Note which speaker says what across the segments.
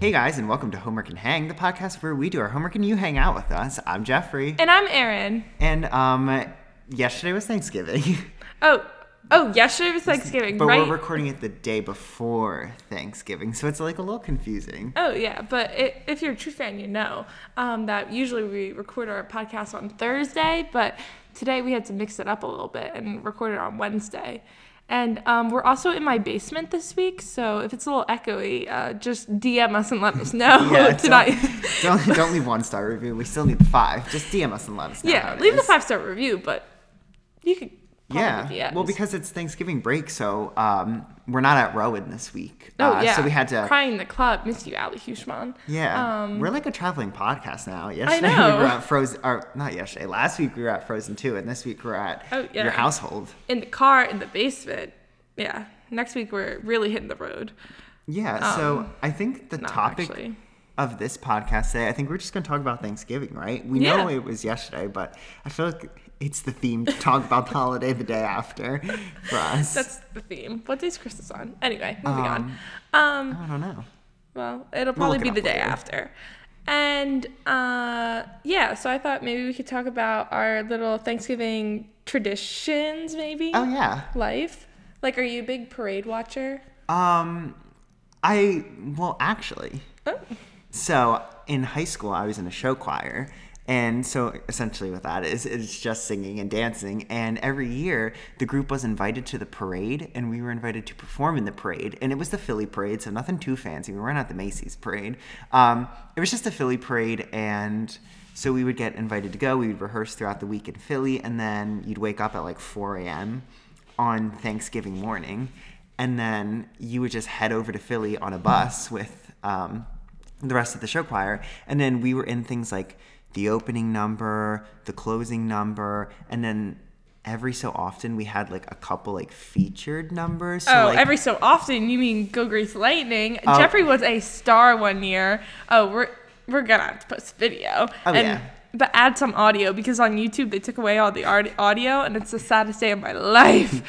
Speaker 1: Hey guys, and welcome to Homework and Hang, the podcast where we do our homework and you hang out with us. I'm Jeffrey,
Speaker 2: And I'm Erin.
Speaker 1: and um, yesterday was Thanksgiving,
Speaker 2: Oh, oh, yesterday was Thanksgiving,
Speaker 1: but
Speaker 2: right?
Speaker 1: we're recording it the day before Thanksgiving, so it's like a little confusing.
Speaker 2: oh yeah, but i if you're a true fan, you know um, that usually we record our podcast on Thursday, but today we had to mix it up a little bit and record it on Wednesday. And um, we're also in my basement this week, so if it's a little echoey, uh, just DM us and let us know
Speaker 1: Yeah, don't-
Speaker 2: tonight.
Speaker 1: Don't don't leave one star review. We still need five. Just DM us and let us know. how
Speaker 2: yeah,
Speaker 1: it
Speaker 2: leave the
Speaker 1: is.
Speaker 2: five star review, but you could. Probably
Speaker 1: Yeah.
Speaker 2: Be at
Speaker 1: Well, because it's Thanksgiving break, so um, we're not at Rowan this week.
Speaker 2: oh
Speaker 1: uh,
Speaker 2: yeah,
Speaker 1: So we had to.
Speaker 2: crying in the club. Miss you, Ali Hushman.
Speaker 1: Yeah,
Speaker 2: Um,
Speaker 1: we're like a traveling podcast now. Yesterday we
Speaker 2: know.
Speaker 1: were at Frozen, or not yesterday. Last week we were at Frozen Two, and this week we're at
Speaker 2: Oh, yeah.
Speaker 1: your household.
Speaker 2: in the car in the basement. Yeah. Next week we're really hitting the road.
Speaker 1: Yeah. so I think the
Speaker 2: Um, Not
Speaker 1: topic
Speaker 2: actually.
Speaker 1: of this podcast today, I think we're just going to talk about Thanksgiving, right? We know
Speaker 2: Yeah.
Speaker 1: it was yesterday, but I feel like it's the theme to talk about the holiday the day after for us.
Speaker 2: That's the theme. What day's Christmas on? Anyway,
Speaker 1: Um,
Speaker 2: moving on. Um
Speaker 1: I don't know.
Speaker 2: well, it'll
Speaker 1: We'll look
Speaker 2: probably
Speaker 1: it
Speaker 2: be
Speaker 1: up
Speaker 2: the day
Speaker 1: later.
Speaker 2: after. And uh yeah, so I thought maybe we could talk about our little Thanksgiving traditions maybe.
Speaker 1: Oh yeah.
Speaker 2: Life. Like are you a big parade watcher?
Speaker 1: Um, I well actually.
Speaker 2: Oh.
Speaker 1: So in high school, I was in a show choir. And so essentially, what that is, it's just singing and dancing. And every year, the group was invited to the parade, and we were invited to perform in the parade. And it was the Philly parade, so nothing too fancy. We weren't at the Macy's parade. Um, it was just the Philly parade. And so we would get invited to go. We would rehearse throughout the week in Philly. And then you'd wake up at like 4 a.m. on Thanksgiving morning. And then you would just head over to Philly on a bus with. Um, the rest of the show choir. And then we were in things like the opening number, the closing number, and then every so often we had like a couple like featured numbers. So
Speaker 2: oh,
Speaker 1: like,
Speaker 2: every so often you mean go Grease Lightning.
Speaker 1: Oh.
Speaker 2: Jeffrey was a star one year. Oh, we're we're gonna have to post video.
Speaker 1: Oh,
Speaker 2: and,
Speaker 1: yeah.
Speaker 2: But add some audio because on YouTube they took away all the art- audio and it's the saddest day of my life.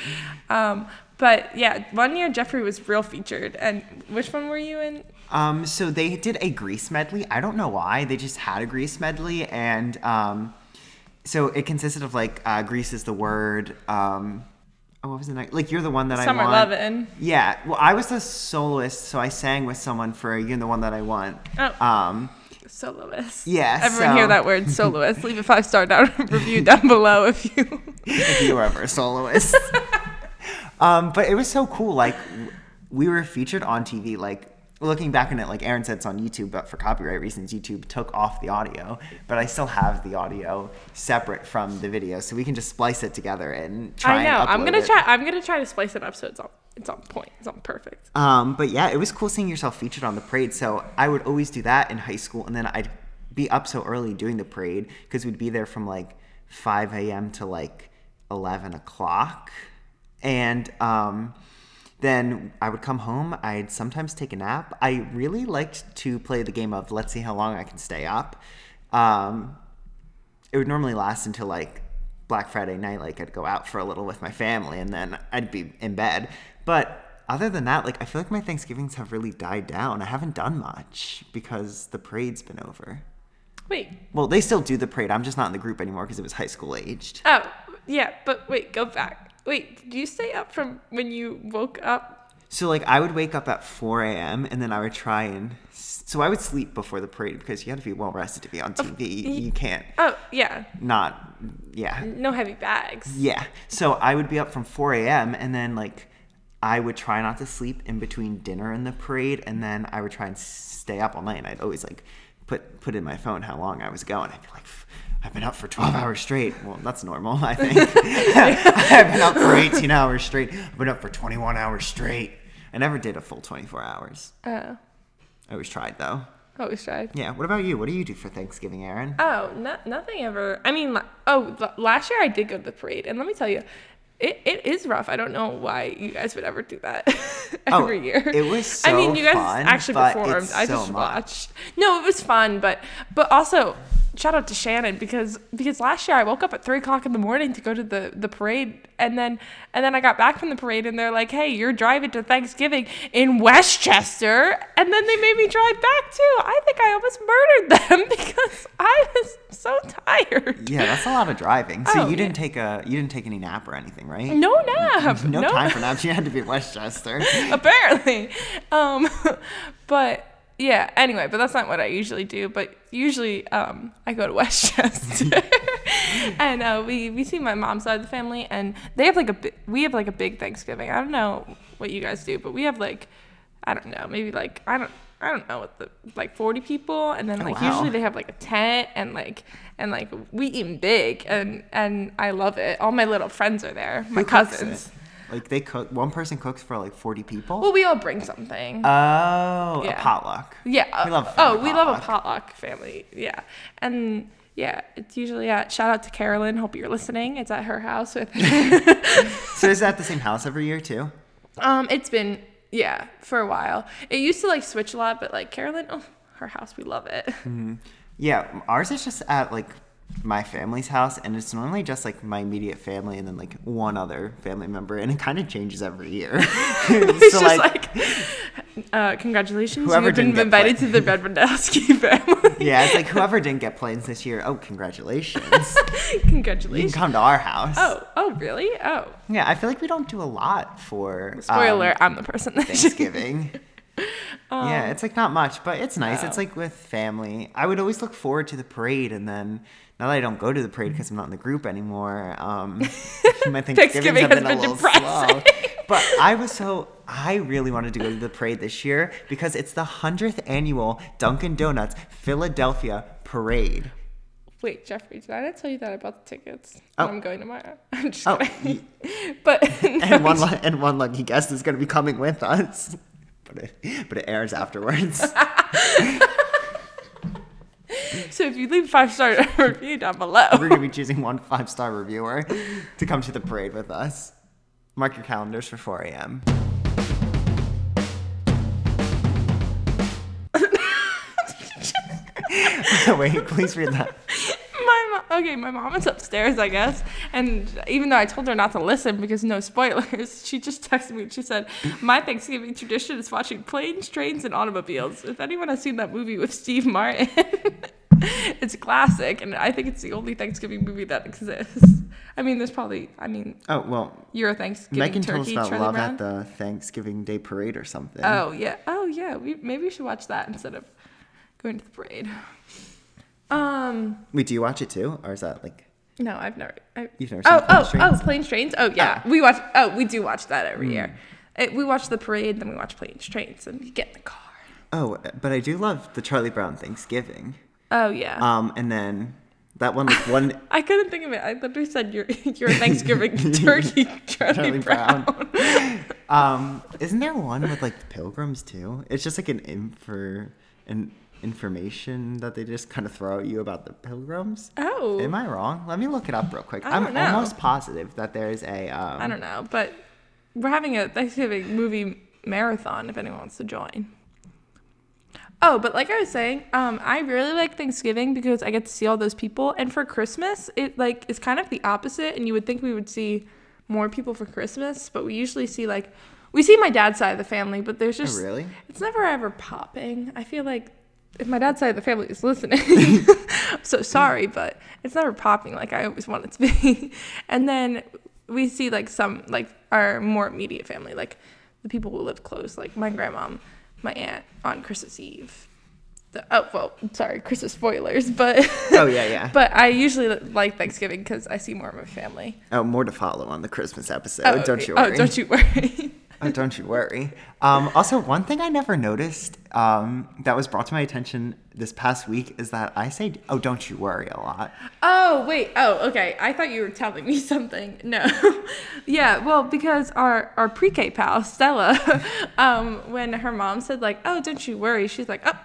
Speaker 2: um, but yeah, one year Jeffrey was real featured. And which one were you in?
Speaker 1: um so they did a grease medley. I don't know why. They just had a grease medley and um so it consisted of like uh grease is the word, um oh what was the next like you're the one that
Speaker 2: Summer
Speaker 1: I want.
Speaker 2: Lovin'.
Speaker 1: Yeah, well, I was the soloist, so I sang with someone for "You're the One That I Want."
Speaker 2: Oh.
Speaker 1: Um,
Speaker 2: Soloist.
Speaker 1: Yeah,
Speaker 2: Everyone
Speaker 1: so-
Speaker 2: hear that word, soloist. Leave a five star down review down below if you.
Speaker 1: if you were ever a soloist. um, but it was so cool. Like w- we were featured on TV. Like looking back on it, like Aaron said, it's on YouTube, but for copyright reasons, YouTube took off the audio. But I still have the audio separate from the video, so we can just splice it together and try.
Speaker 2: I know.
Speaker 1: And upload
Speaker 2: I'm gonna
Speaker 1: it.
Speaker 2: try. I'm gonna try to splice it up so it's on. It's on point. It's on perfect.
Speaker 1: Um, but yeah, it was cool seeing yourself featured on the parade. So I would always do that in high school, and then I'd be up so early doing the parade because we'd be there from like 5 a.m. to like 11 o'clock, and um, then I would come home. I'd sometimes take a nap. I really liked to play the game of let's see how long I can stay up. Um, it would normally last until like Black Friday night. Like I'd go out for a little with my family and then I'd be in bed. But other than that, like I feel like my Thanksgivings have really died down. I haven't done much because the parade's been over.
Speaker 2: Wait.
Speaker 1: Well, they still do the parade. I'm just not in the group anymore because it was high school aged.
Speaker 2: Oh, yeah, but wait, go back. Wait, do you stay up from when you woke up?
Speaker 1: So like I would wake up at 4 a.m. and then I would try and so I would sleep before the parade because you had to be well rested to be on TV. You can't
Speaker 2: Oh, yeah.
Speaker 1: not yeah.
Speaker 2: No heavy bags.
Speaker 1: Yeah. So I would be up from 4 a.m. and then like I would try not to sleep in between dinner and the parade, and then I would try and stay up all night. And I'd always like put put in my phone how long I was going. I'd be like, "Pff, I've been up for 12 hours straight. Well, that's normal, I think. I've been up for 18 hours straight. I've been up for 21 hours straight. I never did a full 24 hours.
Speaker 2: Oh,
Speaker 1: I always tried though.
Speaker 2: always tried.
Speaker 1: Yeah. What about you? What do you do for Thanksgiving, Aaron?
Speaker 2: Oh, no, nothing ever. I mean, la- oh, l- last year I did go to the parade, and let me tell you, it, it is rough. I don't know why you guys would ever do that
Speaker 1: Oh,
Speaker 2: every year.
Speaker 1: it was
Speaker 2: I mean,
Speaker 1: so
Speaker 2: you guys
Speaker 1: fun,
Speaker 2: actually
Speaker 1: but
Speaker 2: performed.
Speaker 1: it's
Speaker 2: I
Speaker 1: so
Speaker 2: just
Speaker 1: much.
Speaker 2: watched. No, it was fun, but but also shout out to Shannon because because last year I woke up at three o'clock in the morning to go to the the parade and then and then I got back from the parade and they're like, hey, you're driving to Thanksgiving in Westchester, and then they made me drive back too. I think I almost murdered them because I was so tired.
Speaker 1: Yeah, that's a lot of driving. So
Speaker 2: Oh,
Speaker 1: you didn't
Speaker 2: yeah.
Speaker 1: take a you didn't take any nap or anything, right?
Speaker 2: No nap.
Speaker 1: No, time for naps. You had to be in Westchester.
Speaker 2: apparently. Um, but yeah, anyway, but that's not what I usually do. But usually um, I go to Westchester. and uh, we, we see my mom's side of the family and they have like a bi- we have like a big Thanksgiving. I don't know what you guys do, but we have like I don't know, maybe like I don't I don't know what the like 40 people and then
Speaker 1: Oh,
Speaker 2: like
Speaker 1: wow.
Speaker 2: usually they have like a tent and like and like we eat big and and I love it. All my little friends are there, my
Speaker 1: Who cooks
Speaker 2: cousins.
Speaker 1: it? Like they cook. One person cooks for like forty people.
Speaker 2: Well, we all bring something.
Speaker 1: oh, a
Speaker 2: Yeah.
Speaker 1: potluck.
Speaker 2: Yeah.
Speaker 1: We
Speaker 2: We
Speaker 1: love a
Speaker 2: love
Speaker 1: family
Speaker 2: oh, we love a potluck family. Yeah. And yeah, it's usually at shout out to Carolyn. Hope you're listening. It's at her house with
Speaker 1: So is that the same house every year too?
Speaker 2: Um, it's been yeah, for a while. It used to like switch a lot, but like Carolyn, oh, her house, we love it.
Speaker 1: Mm. Yeah, ours is just at like my family's house, and it's normally just like my immediate family and then like one other family member, and it kind of changes every year.
Speaker 2: It's
Speaker 1: so
Speaker 2: just
Speaker 1: like,
Speaker 2: like, uh, congratulations,
Speaker 1: Whoever
Speaker 2: you've been
Speaker 1: didn't get
Speaker 2: invited to the Bedwardowski family.
Speaker 1: yeah, it's like whoever didn't get planes this year, oh congratulations, you can
Speaker 2: congratulations.
Speaker 1: come Um, to our house.
Speaker 2: Oh, oh, really? Oh,
Speaker 1: Yeah, I feel like we don't do a lot for um,
Speaker 2: spoiler! I'm the person that Um,
Speaker 1: Thanksgiving. yeah, it's like not much, but it's nice. It's like with family. I would always look forward to the parade, and then now that I don't go to the parade because I'm not in the group anymore, um, my Thanksgiving have
Speaker 2: has
Speaker 1: been, a
Speaker 2: been
Speaker 1: little slow.
Speaker 2: depressing.
Speaker 1: But I was so I really wanted to go to the parade this year because it's the hundredth annual Dunkin' Donuts Philadelphia Parade.
Speaker 2: Wait, Jeffrey, did I not tell you that I bought the tickets?
Speaker 1: Oh.
Speaker 2: I'm going tomorrow. I'm just
Speaker 1: Oh,
Speaker 2: kidding. but
Speaker 1: and one lu- and one lucky guest is going to be coming with us. But it, but it airs afterwards.
Speaker 2: so if you leave five star review down below,
Speaker 1: We're going to be choosing one five star reviewer to come to the parade with us. Mark your calendars for 4 a.m. Wait, please read that.
Speaker 2: my mom, okay, my mom is upstairs, I guess. And even though I told her not to listen because no spoilers, she just texted me. and She said, "My Thanksgiving tradition is watching planes, trains, and automobiles. If anyone has seen that movie with Steve Martin, it's a classic, and I think it's the only Thanksgiving movie that exists. I mean, there's probably, I mean,
Speaker 1: Oh, well,
Speaker 2: Euro Thanksgiving
Speaker 1: Megan told us
Speaker 2: turkey,
Speaker 1: about
Speaker 2: Charlie
Speaker 1: love
Speaker 2: Brown.
Speaker 1: at the Thanksgiving Day parade or something.
Speaker 2: Oh yeah. Oh yeah. We maybe we should watch that instead of going to the parade. Um.
Speaker 1: Wait, do you watch it too? Or is that like.
Speaker 2: No, I've never. I,
Speaker 1: You've never
Speaker 2: oh
Speaker 1: seen Ah.
Speaker 2: oh
Speaker 1: Planes,
Speaker 2: oh planes trains. Oh yeah. We watch. Oh we do watch that every year.
Speaker 1: Hmm.
Speaker 2: It, we watch the parade, then we watch planes trains, and we get in the car.
Speaker 1: Oh, but I do love the Charlie Brown Thanksgiving.
Speaker 2: Oh yeah.
Speaker 1: Um, and then that one, like one
Speaker 2: I couldn't think of it. I literally said your your Thanksgiving turkey Charlie,
Speaker 1: Charlie
Speaker 2: Brown.
Speaker 1: Brown. Um, isn't there one with like the pilgrims too? It's just like an infor an information that they just kind of throw at you about the pilgrims.
Speaker 2: Oh.
Speaker 1: Am I wrong? Let me look it up real quick.
Speaker 2: I
Speaker 1: I'm
Speaker 2: don't know.
Speaker 1: almost positive that there is a. Um,
Speaker 2: I don't know, but we're having a Thanksgiving movie marathon if anyone wants to join. Oh, but like I was saying, um, I really like Thanksgiving because I get to see all those people, and for Christmas, it like is kind of the opposite. And you would think we would see more people for Christmas, but we usually see like we see my dad's side of the family, but there's just
Speaker 1: oh, really?
Speaker 2: it's never ever popping. I feel like if my dad's side of the family is listening, I'm so sorry, but it's never popping like I always want it to be. And then we see like some like our more immediate family, like the people who live close, like my grandma, my aunt on Christmas Eve. The, oh well, sorry, Christmas spoilers, but
Speaker 1: Oh yeah, yeah.
Speaker 2: but I usually like Thanksgiving because I see more of my family.
Speaker 1: oh, more to follow on the Christmas episode.
Speaker 2: okay.
Speaker 1: don't you worry.
Speaker 2: Oh, don't you worry.
Speaker 1: Oh, don't you worry. Um, also, one thing I never noticed um, that was brought to my attention this past week is that I say, "Oh, don't you worry" a lot.
Speaker 2: Oh, wait. Oh, okay. I thought you were telling me something. No. yeah, well, because our, our pre K pal, Stella, um, when her mom said, like, oh, don't you worry, she's like, oh,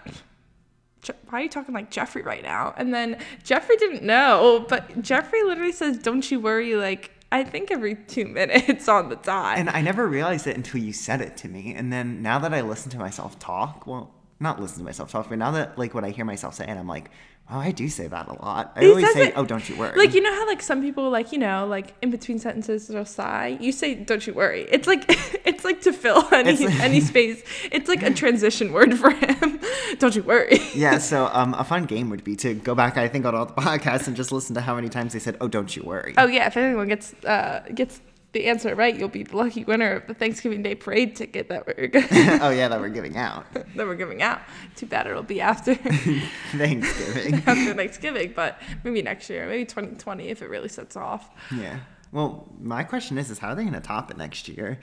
Speaker 2: Je- why are you talking like Jeffrey right now? And then Jeffrey didn't know, but Jeffrey literally says, don't you worry, like, I think every two minutes on the dot.
Speaker 1: And I never realized it until you said it to me. And then now that I listen to myself talk, well, not listen to myself talk, but now that like what I hear myself say, and I'm like, Oh, I do say that a lot. I
Speaker 2: He
Speaker 1: always
Speaker 2: says
Speaker 1: say,
Speaker 2: it-
Speaker 1: "Oh, don't you worry."
Speaker 2: Like you know how like some people like you know like in between sentences they'll sigh. You say "Don't you worry." It's like it's like to fill any
Speaker 1: It's like-
Speaker 2: any space. It's like a transition word for him. Don't you worry.
Speaker 1: yeah. So, um, a fun game would be to go back. I think on all the podcasts and just listen to how many times they said, "Oh, don't you worry."
Speaker 2: Oh yeah, if anyone gets uh gets the answer right, you'll be the lucky winner of the Thanksgiving Day parade ticket that we're
Speaker 1: oh yeah, that we're giving out
Speaker 2: that we're giving out. Too bad it'll be after
Speaker 1: Thanksgiving.
Speaker 2: after Thanksgiving, but maybe next year, maybe 2020 if it really sets off.
Speaker 1: Yeah. Well, my question is, is how are they going to top it next year?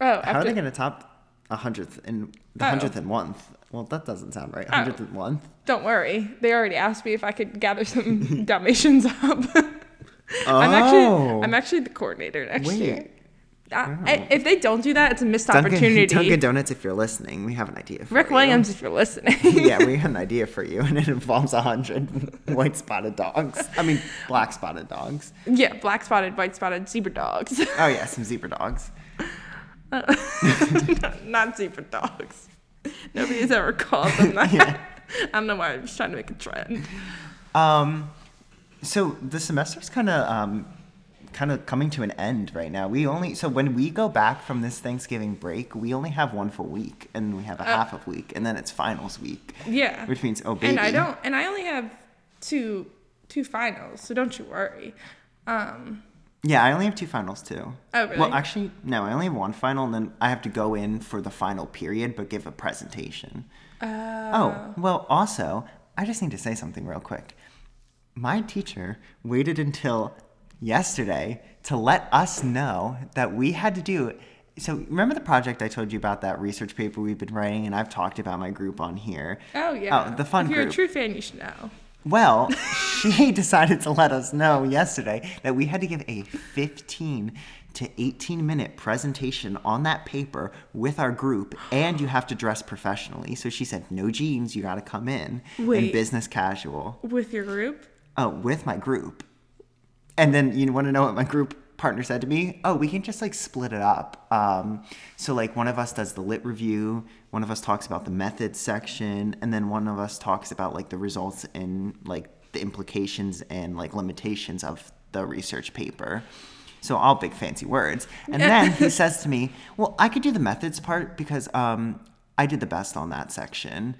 Speaker 2: Oh,
Speaker 1: How are they
Speaker 2: after
Speaker 1: going to top a hundredth and the
Speaker 2: Oh.
Speaker 1: hundredth and one? Well, that doesn't sound right.
Speaker 2: Oh.
Speaker 1: Hundredth and one.
Speaker 2: Don't worry. They already asked me if I could gather some Dalmatians up.
Speaker 1: Oh,
Speaker 2: I'm actually I'm actually the coordinator next
Speaker 1: Wait.
Speaker 2: year. I, I- if they don't do that, it's a missed
Speaker 1: Dunkin-
Speaker 2: opportunity.
Speaker 1: Dunkin' Donuts, if you're listening, we have an idea. For
Speaker 2: Rick
Speaker 1: you.
Speaker 2: Williams, if you're listening.
Speaker 1: yeah, we have an idea for you, and it involves a hundred white spotted dogs. I mean, black spotted dogs.
Speaker 2: yeah, black spotted, white spotted, zebra dogs.
Speaker 1: Oh yeah, some zebra dogs.
Speaker 2: Not zebra dogs. Nobody has ever called them that. I don't know why I'm just trying to make a trend.
Speaker 1: Um, so the semester's kind of um, kind of coming to an end right now. We only so when we go back from this Thanksgiving break, we only have one full week, and we have a half of week, and then it's finals week,
Speaker 2: Yeah.
Speaker 1: which means oh baby.
Speaker 2: Uh, and I don't and I only have two two finals, so don't you worry. Um
Speaker 1: Yeah, I only have two finals too.
Speaker 2: Oh, really?
Speaker 1: Well, actually, no, I only have one final, and then I have to go in for the final period, but give a presentation. Oh, well, also, I just need to say something real quick. My teacher waited until yesterday to let us know that we had to do. So, remember the project I told you about that research paper we've been writing, and I've talked about my group on here?
Speaker 2: Oh yeah.
Speaker 1: Oh, the fun
Speaker 2: If you're
Speaker 1: group.
Speaker 2: a true fan, you should know.
Speaker 1: Well, she decided to let us know yesterday that we had to give a 15 to 18 minute presentation on that paper with our group, and you have to dress professionally. So she said, No jeans, you got to come in in
Speaker 2: Wait.
Speaker 1: business casual.
Speaker 2: With your group?
Speaker 1: Oh, with my group. And then you want to know what my group partner said to me? Oh, we can just like split it up. Um, so like one of us does the lit review, one of us talks about the methods section, and then one of us talks about like the results and like the implications and like limitations of the research paper. So all big fancy words. And then he says to me, "Well, I could do the methods part because um, I did the best on that section.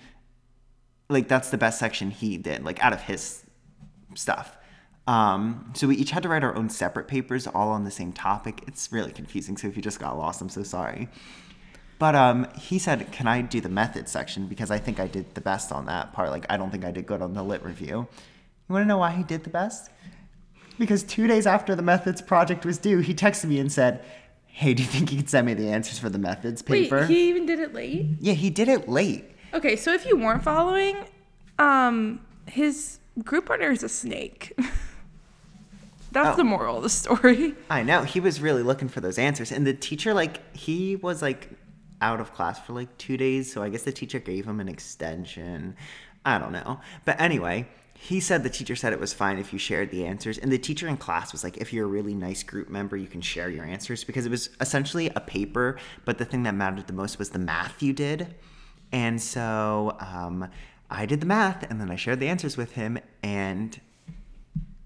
Speaker 1: Like that's the best section he did, like out of his stuff. Um, so we each had to write our own separate papers all on the same topic. It's really confusing. So if you just got lost, I'm so sorry. But um, he said, "Can I do the method section because I think I did the best on that part. Like I don't think I did good on the lit review." You want to know why he did the best? Because two days after the methods project was due, he texted me and said, "Hey, do you think you could send me the answers for the methods paper?"
Speaker 2: Wait, he even did it late?
Speaker 1: yeah, he did it late.
Speaker 2: Okay, so if you weren't following, um his group partner is a snake. That's
Speaker 1: Oh.
Speaker 2: the moral of the story.
Speaker 1: I know he was really looking for those answers, and the teacher like he was like out of class for like two days, so I guess the teacher gave him an extension. I don't know, but anyway, he said the teacher said it was fine if you shared the answers, and the teacher in class was like, if you're a really nice group member, you can share your answers because it was essentially a paper, but the thing that mattered the most was the math you did. And so um, I did the math and then I shared the answers with him. And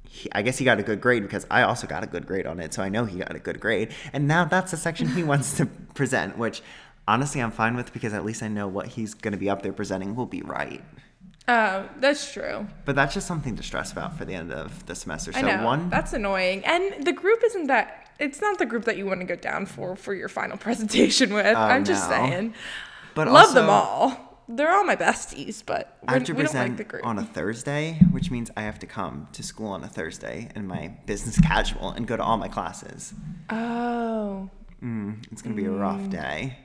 Speaker 1: he, I guess he got a good grade because I also got a good grade on it. So I know he got a good grade. And now that's the section he wants to present, which honestly I'm fine with because at least I know what he's going to be up there presenting will be right.
Speaker 2: Uh, that's true.
Speaker 1: But that's just something to stress about for the end of the semester. So
Speaker 2: I know.
Speaker 1: one,
Speaker 2: That's annoying. And the group isn't that. It's not the group that you want to go down for for your final presentation with. I'm just
Speaker 1: Oh, no.
Speaker 2: saying.
Speaker 1: but
Speaker 2: Love
Speaker 1: also,
Speaker 2: them all. They're all my besties, but
Speaker 1: I
Speaker 2: we're,
Speaker 1: have
Speaker 2: we
Speaker 1: to
Speaker 2: don't like
Speaker 1: present
Speaker 2: the group.
Speaker 1: on a Thursday, which means I have to come to school on a Thursday in my business casual and go to all my classes. Mm,
Speaker 2: oh,
Speaker 1: It's gonna be a rough day.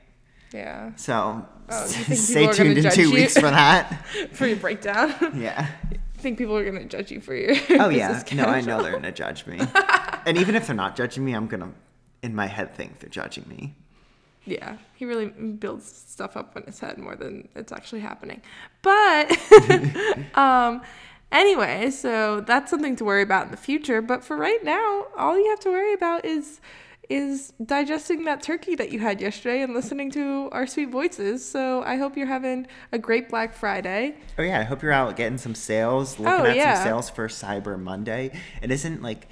Speaker 2: yeah.
Speaker 1: So
Speaker 2: Mm. Oh, you think
Speaker 1: stay
Speaker 2: people are gonna
Speaker 1: tuned in
Speaker 2: judge
Speaker 1: two
Speaker 2: you?
Speaker 1: weeks for that.
Speaker 2: For your breakdown, I
Speaker 1: Yeah.
Speaker 2: think people are gonna judge you for your.
Speaker 1: Oh yeah.
Speaker 2: business
Speaker 1: No, I
Speaker 2: casual.
Speaker 1: know they're gonna judge me. and even if they're not judging me, I'm gonna in my head think they're judging me.
Speaker 2: Yeah, he really builds stuff up in his head more than it's actually happening. But um, anyway, so that's something to worry about in the future. But for right now, all you have to worry about is is digesting that turkey that you had yesterday and listening to our sweet voices. So I hope you're having a great Black Friday.
Speaker 1: Oh yeah, I hope you're out getting some sales, looking
Speaker 2: Oh,
Speaker 1: at
Speaker 2: yeah.
Speaker 1: some sales for Cyber Monday. It isn't like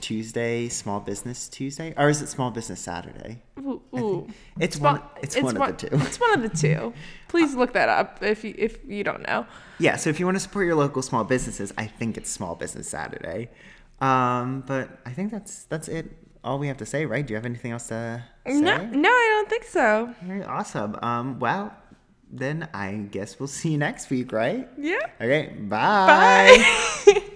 Speaker 1: Tuesday, Small Business Tuesday, or is it Small Business Saturday?
Speaker 2: Ooh, ooh.
Speaker 1: It's
Speaker 2: Well,
Speaker 1: one. It's, one, of the two.
Speaker 2: It's one of the two. Please look that up if you, if you don't know.
Speaker 1: Yeah, so if you want to support your local small businesses, I think it's Small Business Saturday. Um, but I think that's that's it. All we have to say, right? Do you have anything else to say?
Speaker 2: No, no, I don't think so.
Speaker 1: Very awesome. Um, well, then I guess we'll see you next week, right?
Speaker 2: Yeah.
Speaker 1: Okay.
Speaker 2: Bye.